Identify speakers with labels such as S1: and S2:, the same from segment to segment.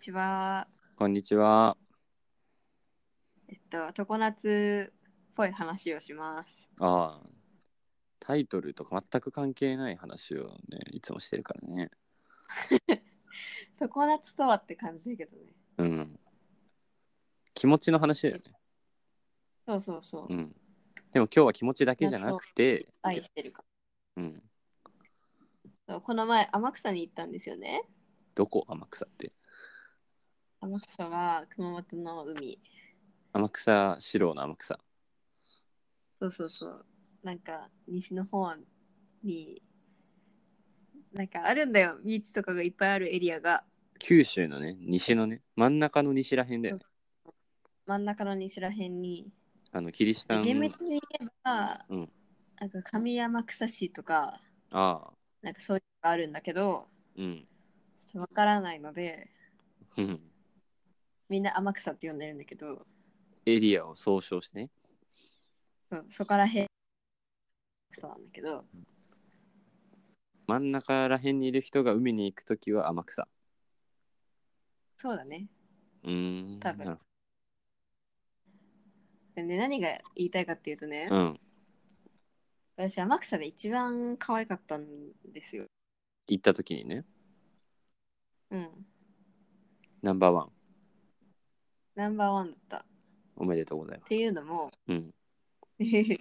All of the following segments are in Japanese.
S1: ちは。
S2: こんにちは。
S1: えっと、常夏っぽい話をします。
S2: ああ。タイトルとか全く関係ない話をね、いつもしてるからね。
S1: 常夏とはって感じだけどね。
S2: うん。気持ちの話だよね。
S1: そうそうそうう。
S2: ん。でも今日は気持ちだけじゃなくて、
S1: 愛してるか
S2: うん。
S1: ら。そうこの前、天草に行ったんですよね。
S2: どこ天草って。
S1: 天草は熊本の海。
S2: 天草、四郎の天草。
S1: そうそうそう。なんか、西の方に、なんかあるんだよ。ビーチとかがいっぱいあるエリアが。
S2: 九州のね、西のね、真ん中の西らへんだよね。
S1: 真ん中の西ら辺に。
S2: あの、キリシタン。
S1: 厳密に言えば、
S2: うん
S1: なんか上山草市とか、
S2: ああ。
S1: なんかそういうのがあるんだけど、
S2: うん。
S1: ちょっとわからないので、
S2: うん
S1: みんな天草って呼んでるんだけど、
S2: エリアを総称してね。
S1: そうそこらへん草なんだけど、
S2: 真ん中らへんにいる人が海に行くときは天草。
S1: そうだね。
S2: うーん。
S1: 多分
S2: なる
S1: でね何が言いたいかっていうとね
S2: ほ、どうん。
S1: 私天草で一番可愛かったんですよ。
S2: 行ったときにね、
S1: うん。
S2: ナンバーワン。
S1: ナンバーワンだった。っ
S2: おめでとうございます。
S1: ていうのも、
S2: うん。
S1: い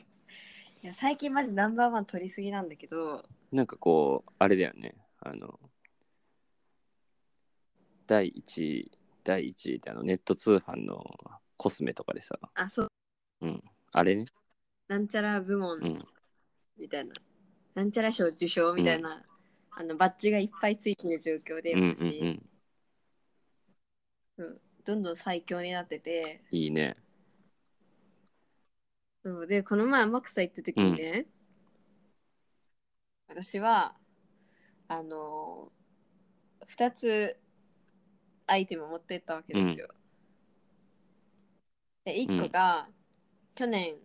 S1: や最近マジナンバーワン取りすぎなんだけど、
S2: なんかこう、あれだよね。あの、第1位、第1位ってあのネット通販のコスメとかでさ、
S1: あ、そう、
S2: あれね。
S1: なんちゃら部門
S2: うん。
S1: みたいな、なんちゃら賞受賞みたいな、あのバッジがいっぱいついてる状況で、
S2: うんうんう
S1: 私、
S2: ん。
S1: うんどんどん最強になってて、
S2: いいね。
S1: そうでこの前天草行った時にね、私はあのー、2つアイテム持ってったわけですよ。で1個が、去年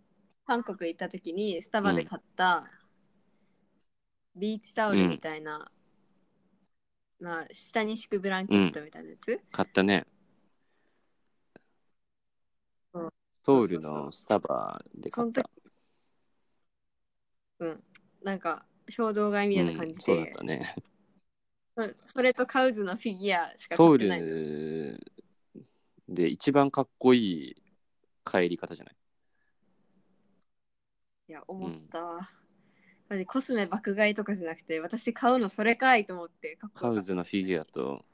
S1: 韓国行った時にスタバで買ったビーチタオルみたいな、まあ下に敷くブランケットみたいなやつ、
S2: 買ったね
S1: うん。
S2: ソウ
S1: そうそ
S2: ル
S1: うそ
S2: の
S1: う
S2: スタバで
S1: そ
S2: 買
S1: の
S2: った
S1: 時。うんなんか衝動買いみたいな感じで、
S2: うん、そうだったね。
S1: そそれとカウズのフィギュアしか
S2: ソ
S1: 買
S2: ウ
S1: ってないの。
S2: ルで一番かっこいい帰り方じゃない
S1: いや、思った。マジコスメ爆買いとかじゃなくて、私買うのそれかいと思って。
S2: カウズのフィギ
S1: ア。
S2: ュアと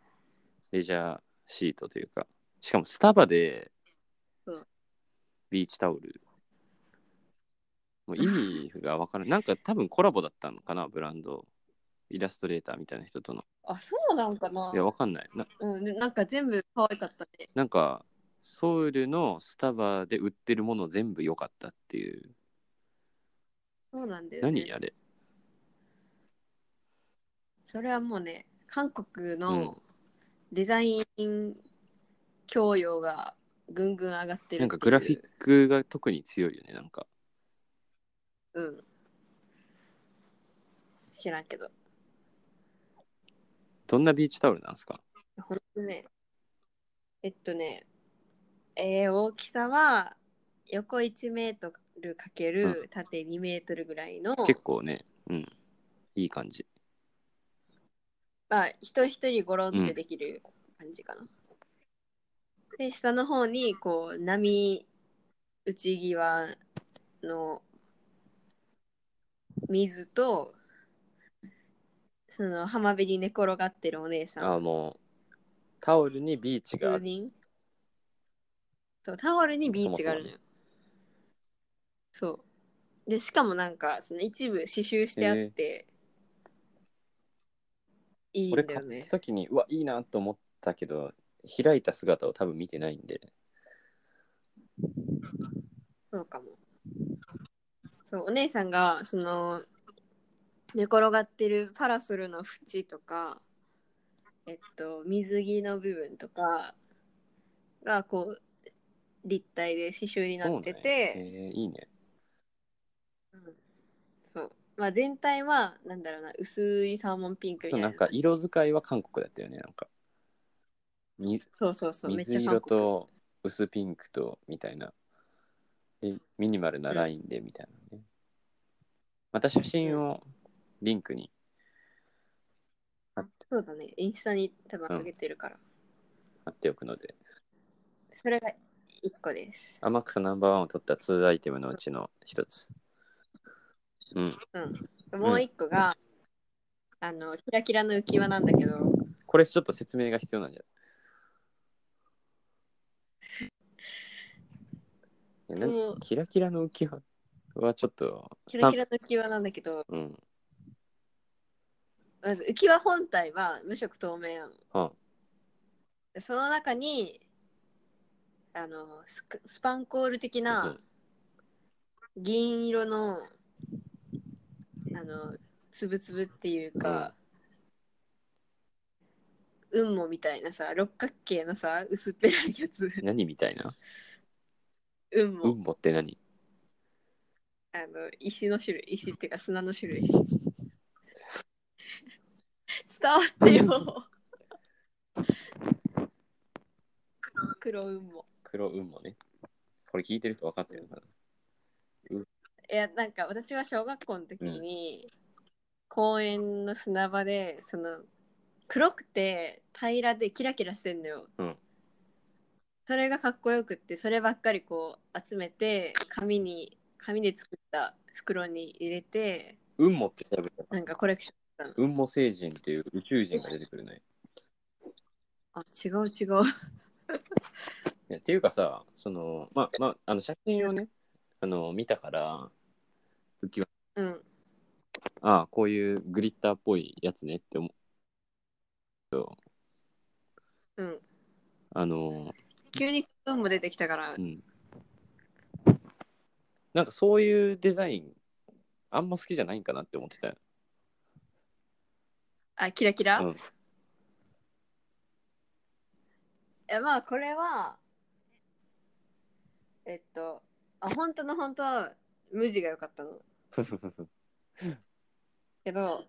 S2: レジャーシートというか、しかもスタバで
S1: そう
S2: ビーチタオル。もう意味がわからない。なんか多分コラボだったのかな、ブランド。イラストレーターみたいな人との。
S1: あ、そうなんかない
S2: や、わかんない。な
S1: うん、でなんか全部可愛かったね。
S2: なんか、ソウルのスタバで売ってるもの全部良かったっていう。
S1: そうなんだよ、ね。
S2: 何あれ
S1: それはもうね、韓国
S2: うん
S1: のデザイン教養がぐんぐん上がってるっていう。
S2: なんかグラフィックが特に強いよね、なんか。
S1: うん。知らんけど。
S2: どんなビーチタオルなんですか
S1: ほんとね。えっとね、えー大きさは横1メートルかける縦2メートルぐらいの、
S2: 結構ね、うん、いい感じ。
S1: まあ、人一人ゴロンってできる感じかな。で、下の方に、こう、波打ち際の水と、その浜辺に寝転がってるお姉さん。
S2: ああ、もう、タオルにビーチがあ
S1: 風
S2: る。
S1: 鈴そうタオルにビーチがあるのよそうでしかもなんかその一部刺繍してあって、いいん
S2: 俺
S1: だ
S2: 買
S1: よ
S2: っ
S1: ね
S2: た時に、うわ、いいなと思ったけど、開いた姿を多分見てないんで。
S1: そうかもそうお姉さんがその寝転がってるパラソルの縁とかえっと水着の部分とかがこう立体で刺繍になってて、
S2: そうねえーいいね。
S1: うんそう。まあ全体は、なんだろうな、薄いサーモンピンクみ
S2: そ
S1: た
S2: う
S1: いな。
S2: なんか色使いは韓国だったよね、なんか。に
S1: そうそうそう、めっち
S2: 水
S1: ゃ
S2: 色
S1: 韓国。
S2: と薄ピンクとみたいなでミニマルなラインでみたいなね、また写真をリンクに
S1: そうだね、インスタに多分上げてるから。
S2: 貼っておくので
S1: それが一個です。
S2: 天草ナンバーワンを取った2アイテムのうちの一つうん
S1: うん。もう一個が、あの、キラキラの浮き輪なんだけど、
S2: これちょっと説明が必要なんじゃないいやなん
S1: もう
S2: キラキラの浮き輪はちょっと
S1: キラキラの浮き輪なんだけど、
S2: うん
S1: まず浮き輪本体は無色透明なの。
S2: は
S1: でその中に、あのスクスパンコール的な銀色のあのつぶつぶっていうか、雲母みたいなさ六角形のさ薄っぺらいやつ
S2: 何みたいな
S1: 雲母、
S2: 運母って何
S1: あの石の種類石っていうか砂の種類 伝わってよ黒雲母
S2: 黒雲母ねこれ聞いてる人分かってるのかない
S1: やなんか私は小学校の時に、公園の砂場でその黒くて平らでキラキラしてんのよ、
S2: うん
S1: それがかっこよくってそればっかりこう集めて紙に紙で作った袋に入れて
S2: 雲母って調べたら
S1: なんかコレクション
S2: 雲母星人っていう宇宙人が出てくるね
S1: あ違う違う
S2: いやっていうかさそのまあまああの写真をねあの見たから浮き輪
S1: うん
S2: ああこういうグリッターっぽいやつねって思う
S1: うん
S2: あの
S1: 急に運も出てきたから
S2: うんなんかそういうデザインあんま好きじゃないんかなって思ってたよ
S1: あキラキラ、
S2: うん
S1: いやまあこれはえっとあ本当の本当は無地が良かったのけど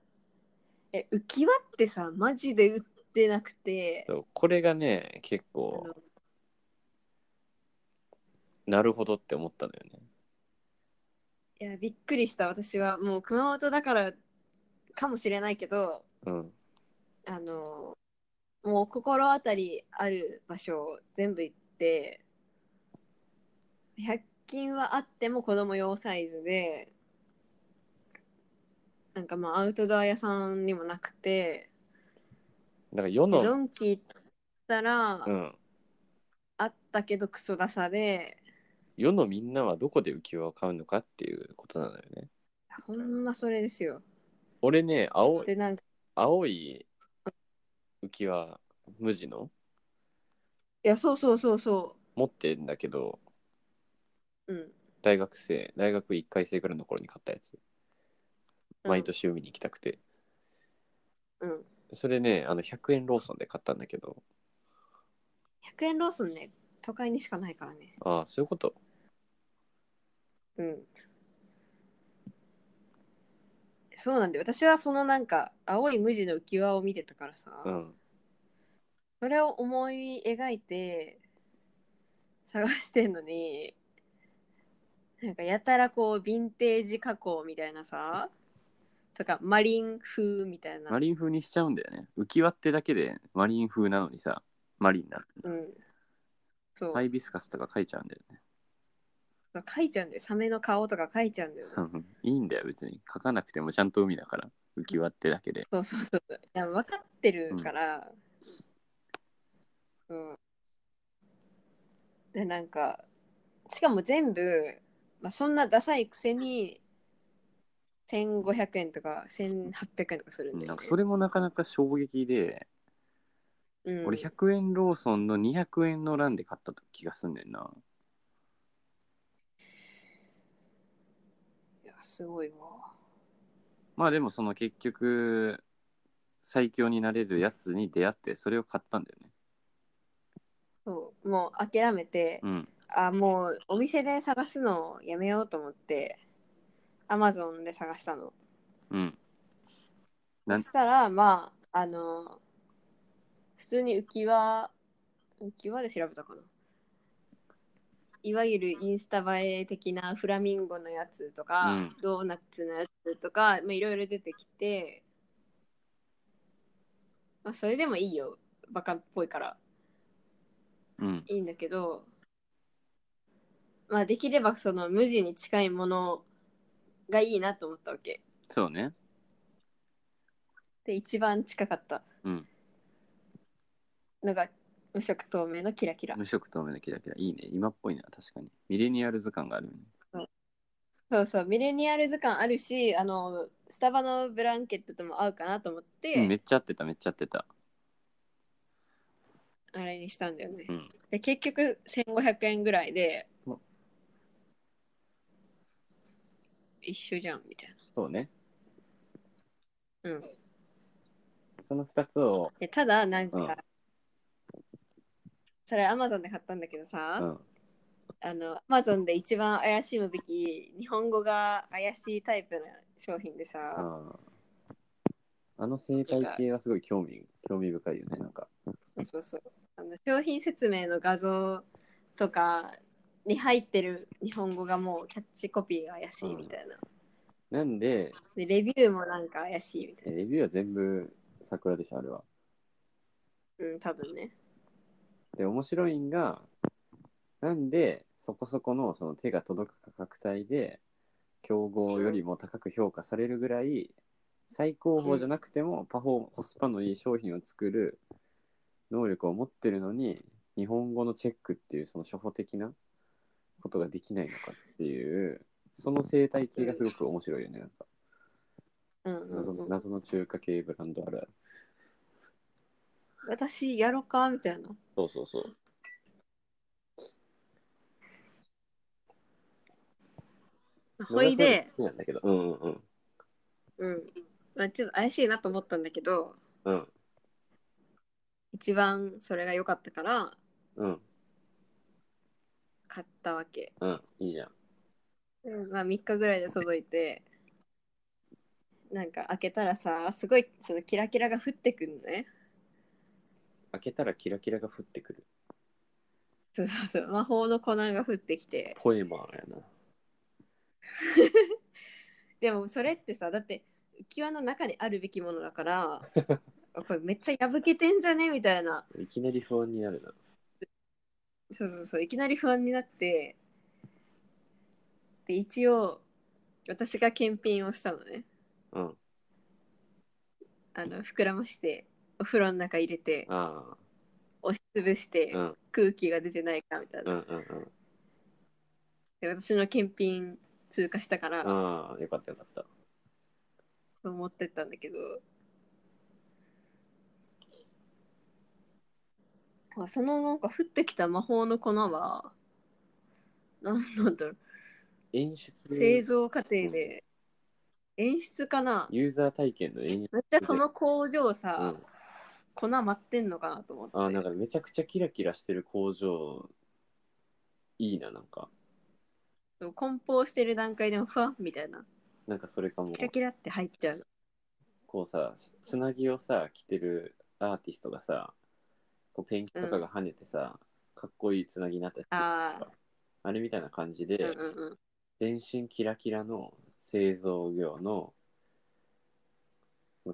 S1: え浮き輪ってさマジで売ってなくて
S2: そうこれがね結構
S1: あの
S2: なるほどって思ったのよね
S1: いやびっくりした私はもう熊本だからかもしれないけど
S2: うん
S1: あのもう心当たりある場所を全部行って100均はあっても子供用サイズでなんかまあアウトドア屋さんにもなくて
S2: だから世
S1: でド
S2: の、
S1: ンキ行ったら
S2: うん、
S1: あったけどクソダサで
S2: 世のみんなはどこで浮き輪を買うのかっていうことなのよね
S1: ほんまそれですよ
S2: 俺ね青い
S1: でなんか
S2: 青い浮き輪無地の
S1: いやそうそうそうそ
S2: 持ってんだけど
S1: ううん
S2: 大学生大学1回生ぐらいの頃に買ったやつ毎年海に行きたくて、
S1: うん、うん
S2: それねあの100円ローソンで買ったんだけど
S1: 100円ローソンね都会にしかないからね
S2: ああそういうこと
S1: うんそうなんで私はそのなんか青い無地の浮き輪を見てたからさ、
S2: うん
S1: それを思い描いて探してんのになんかやたらこうヴィンテージ加工みたいなさとかマリン風みたいな
S2: マリン風にしちゃうんだよね浮き輪ってだけでマリン風なのにさマリンな
S1: うんそう、
S2: ハイビスカスとか書いちゃうんだよね
S1: そう描いちゃうんだよサメの顔とか描いちゃうんだよね
S2: そう いいんだよ別に書かなくてもちゃんと海だから浮き輪ってだけで
S1: そうそうそう。いや分かってるから。うん。で、なんか、しかも全部、まあ、そんなダサいくせに、1500円とか1800円とかするんだよ、ね。
S2: なんかそれもなかなか衝撃で、
S1: うん、
S2: 俺100円ローソンの200円の欄で買った気がすんねんない
S1: やすごいわ。
S2: まあでもその結局最強になれるやつに出会ってそれを買ったんだよね
S1: そう。もう諦めて、
S2: うん
S1: あ、もうお店で探すのをやめようと思って、アマゾンで探したの。
S2: うんな
S1: そ
S2: ん
S1: したらまああの普通に浮き輪キーワード調べたかな。いわゆるインスタ映え的なフラミンゴのやつとか、
S2: うん
S1: ドーナツのやつとか、まあ、いろいろ出てきて、まあ、それでもいいよバカっぽいから
S2: うん
S1: いいんだけど、まあ、できればその無地に近いものがいいなと思ったわけ
S2: そうね
S1: で一番近かった
S2: うん
S1: のが無色透明のキラキラ
S2: 無色透明のキラキラいいね今っぽいな確かにミレニアル図感があるよね
S1: そうそうミレニアル図鑑あるしあのスタバのブランケットとも合うかなと思っ
S2: うんめ
S1: て
S2: っちゃ合ってためっちゃ合ってた
S1: あれにしたんだよね、
S2: うん
S1: で結局1500円ぐらいで
S2: うわ
S1: 一緒じゃんみたい
S2: そうね
S1: な、うん、
S2: その2つを
S1: でただなんか、
S2: うん
S1: それアマゾンで買ったんだけど
S2: う
S1: さ、
S2: ん
S1: あのアマゾンで一番怪しむべき日本語が怪しいタイプの商品でさ、
S2: ああの生態系がすごい興味興味深いよねなんか
S1: そうそうあの商品説明の画像とかに入ってる日本語がもうキャッチコピーが怪しいみたいな、
S2: なんで
S1: でレビューもなんか怪しいみたい
S2: えレビューは全部桜でしょあれは
S1: なうん多分ね
S2: で面白いんがなんでそこそこのその手が届く価格帯で競合よりも高く評価されるぐらい最高峰じゃなくてもパフォーコスパのいい商品を作る能力を持ってるのに日本語のチェックっていうその初歩的なことができないのかっていうその生態系がすごく面白いよねなんか
S1: うん
S2: 謎
S1: うん、
S2: の
S1: うん、
S2: 謎の中華系ブランドあるある
S1: 私やろかみたいな
S2: そうそうそう
S1: ほいで、
S2: 好きなんだけどうんうんうん
S1: うんまあ、ちょっと怪しいなと思ったんだけど
S2: うん
S1: 一番それが良かったから
S2: うん
S1: 買ったわけ、
S2: うんいいじゃん
S1: うんまあ、3日ぐらいで届いてなんか開けたらさすごいそのキラキラが降ってくるのね
S2: 開けたらキラキラが降ってくる
S1: そうそうそう魔法の粉が降ってきて
S2: ポエマーやな
S1: でもそれってさだって浮き輪の中にあるべきものだから あこれめっちゃ破けてんじゃねみたいない
S2: きなり不安になるな
S1: そうそうそういきなり不安になってで一応私が検品をしたのね
S2: うん
S1: あの膨らましてお風呂の中入れて
S2: ああ
S1: 押しつぶして
S2: うん
S1: 空気が出てないかみたいな、
S2: うんうんうん
S1: で私の検品通過したから、
S2: ああよかったよかった
S1: そう持ってったんだけどあそのなんか降ってきた魔法の粉は何なんだろう
S2: 演出
S1: 製造過程で演出かな
S2: ユーザー体験の演出
S1: めっちゃその工場
S2: う
S1: さ、
S2: ん
S1: 粉待ってんのかなと思って
S2: ああなんかめちゃくちゃキラキラしてる工場いいななんか
S1: そう梱包してる段階でもふわっみたいな
S2: なんかそれかも
S1: キラキラって入っちゃう
S2: こうさつなぎをさ着てるアーティストがさこうペンキとかが跳ねてさ、かっこいいつなぎになったりする
S1: あ
S2: あれみたいな感じで、
S1: ーうんうんうん
S2: 全身キラキラの製造業の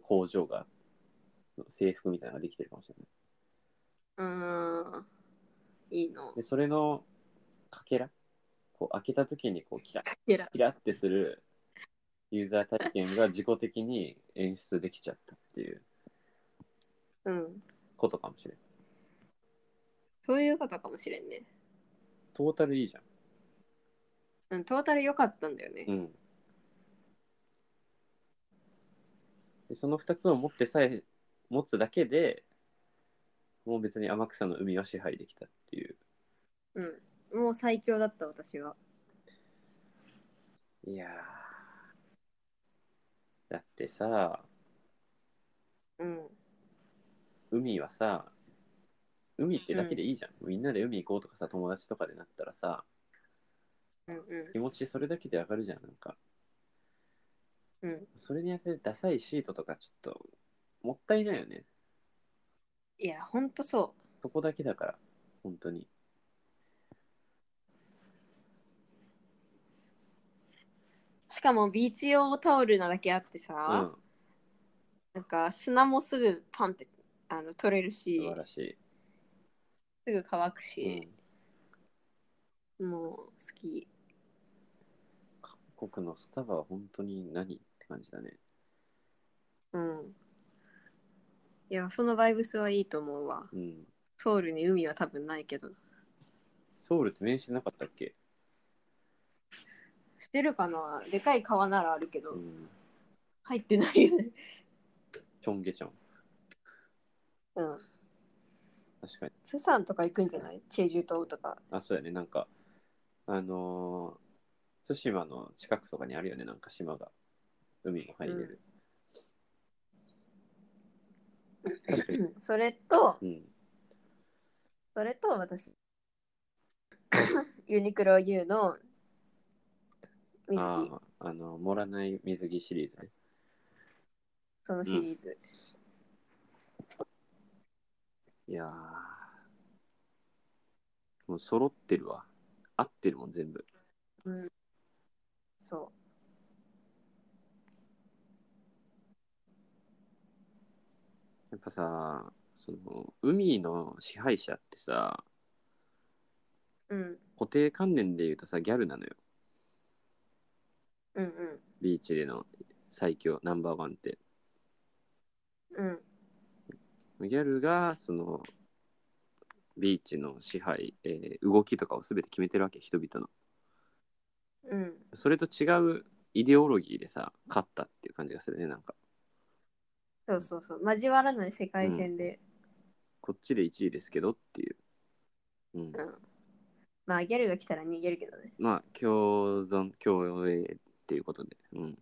S2: 工場が制服みたいなのができてるかもしれな
S1: うーんいいの
S2: い。で、それのかけら、こう開けた時にこうキラ
S1: キラ
S2: キラってするユーザー体験が自己的に演出できちゃったっていう
S1: うん
S2: ことかもしれない。
S1: そういうことかもしれんね
S2: トータルいいじゃん。
S1: うん、トータル良かったんだよね。
S2: うん。でその2つを持ってさえ持つだけでもう別に天草の海は支配できたっていう。
S1: うん。もう最強だった私は。
S2: いやーだってさ
S1: うん。
S2: 海はさ海ってだけでいいじゃん、みんなで海行こうとかさ友達とかでなったらさ
S1: うんう
S2: 気持ちそれだけで上がるじゃんなんか
S1: ん。うん。
S2: それにやってダサいシートとかちょっともったいないよね
S1: いや、ほんとそ
S2: そこだけだから本当に。
S1: しかもビーチ用タオルなだけあって
S2: う
S1: さ、
S2: ん。
S1: なんか砂もすぐパンってあの取れる
S2: 素
S1: し
S2: 晴らし
S1: すぐ乾く
S2: い。うん
S1: し、。もう好き
S2: 韓国のスタバは本当に何って感じだね。
S1: うんいやそのバイブスはいいと思うわ
S2: うん。
S1: ソウルに海は多分ないけど
S2: ソウルって名刺なかったっけ
S1: してるかなでかい川ならあるけど、
S2: うん。
S1: 入ってないよね
S2: チョンゲチョン。
S1: うん
S2: 確かに。
S1: 釜山とか行くんじゃないチェジュ島とか
S2: あ、そうだね。なんか、あのー対馬の近くとかにあるよね。なんか島が。海も入れる。確かに。
S1: うんそれと
S2: うん。
S1: それと私 ユニクロ U の水着
S2: ああ、あの、盛らない水着シリーズね。
S1: そのシリーズ、
S2: いやーもう揃ってるわ。合ってるもん、全部。
S1: そ
S2: やっぱさ、その、海の支配者ってさ、
S1: う、うん、
S2: 固定観念で言うとさ、ギャルなのよ。
S1: うんうん
S2: ビーチでの最強、ナンバーワンって。
S1: うん
S2: ギャルが、その、ビーチの支配、えー動きとかを全て決めてるわけ、人々の。
S1: うん
S2: それと違うイデオロギーでさ、勝ったっていう感じがするね、なんか。
S1: そうそうそう交わらない世界線で、
S2: こっちで1位ですけどっていう。うん
S1: うんまあギャルが来たら逃げるけどね
S2: まあ共存共栄っていうことでうん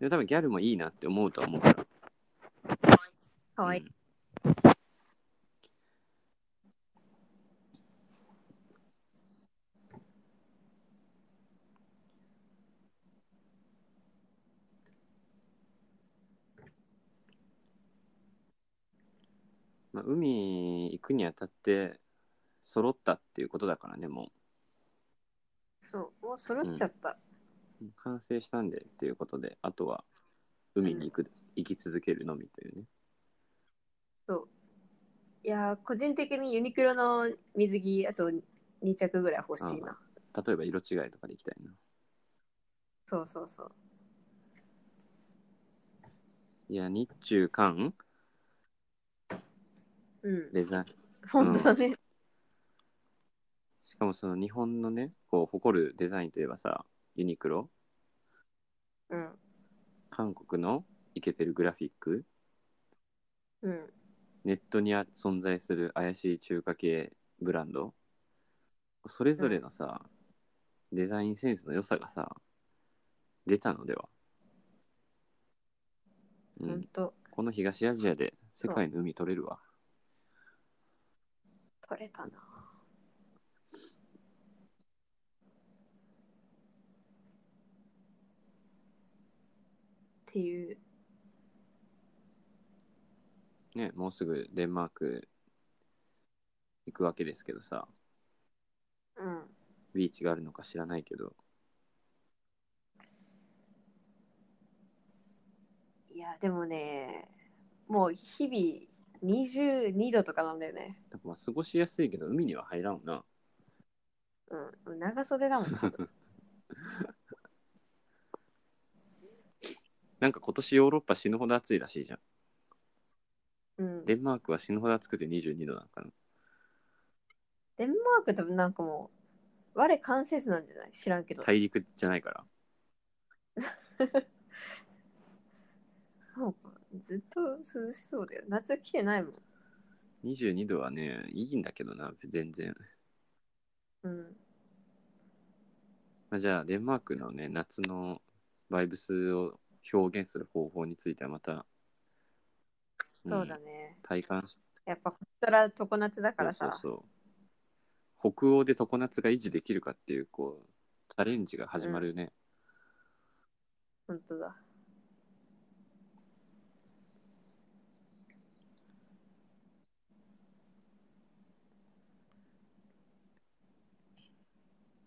S2: で多分ギャルもいいなって思うとは思うから
S1: かわいい、
S2: うんまあ、海行くにあたって揃ったっていうことだからねも
S1: そうもう揃っちゃった、
S2: う完成したんでっていうことであとは海に行く、行き続けるのみというね
S1: そういやー個人的にユニクロの水着あと2着ぐらい欲しいな
S2: 例えば色違いとかで行きたいな
S1: そうそうそう
S2: いや日中韓
S1: うん
S2: デザイン
S1: 本当だね、
S2: しかもその日本のねこう誇るデザインといえばさユニクロ
S1: うん
S2: 韓国のイケてるグラフィック
S1: うん
S2: ネットにあ存在する怪しい中華系ブランドそれぞれのさ、デザインセンスの良さがさ出たのでは、う
S1: 本
S2: ん、
S1: 当
S2: この東アジアで世界の海取れるわ
S1: 取れたなっていう
S2: ねもうすぐデンマーク行くわけですけどさ
S1: うん
S2: ビーチがあるのか知らないけど
S1: いやでもねもう日々22度とかなんだよね
S2: なんかまあ過ごしやすいけど海には入らんな
S1: うん長袖 だもん多分
S2: なんか今年ヨーロッパ死ぬほど暑いらしいじゃん。
S1: うん
S2: デンマークは死ぬほど暑くて22度なのかな。
S1: デンマーク多分なんかもう我関節なんじゃない知らんけど、
S2: 大陸じゃないから。
S1: なんかずっと涼しそうだよ夏来てないもん
S2: 22度はね、いいんだけどな、全然。
S1: うん
S2: まあ、じゃあ、デンマークのね、夏のバイブスを表現する方法についてはまた、ん
S1: そうだね、
S2: 体感し
S1: やっぱこっから常夏だからさ
S2: そうそうそう。北欧で常夏が維持できるかっていう、こう、チャレンジが始まるね。
S1: 本当だ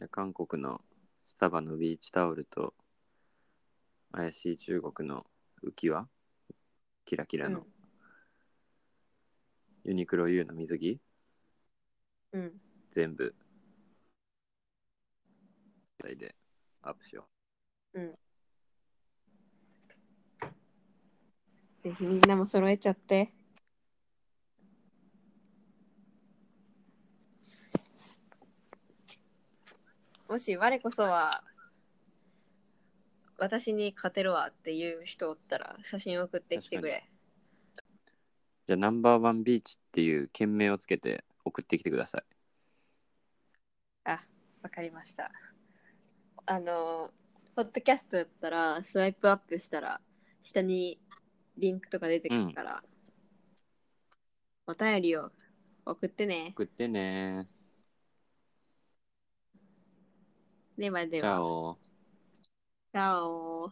S2: 韓国のスタバのビーチタオルと怪しい中国の浮き輪キラキラの、ユニクロ U の水着
S1: うん、うん、
S2: 全部でアップしよ
S1: ぜひみんなも揃えちゃってもし我こそは私に勝てるわっていう人おったら写真送ってきてくれ
S2: うじゃあナンバーワンビーチっていう件名をつけて送ってきてください
S1: わかりました。あの、ポッドキャストだったら、スワイプアップしたら、下にリンクとか出てくるから、お便りを送ってね。
S2: 送ってね
S1: ではで
S2: チャ
S1: は、
S2: オ
S1: チャオ。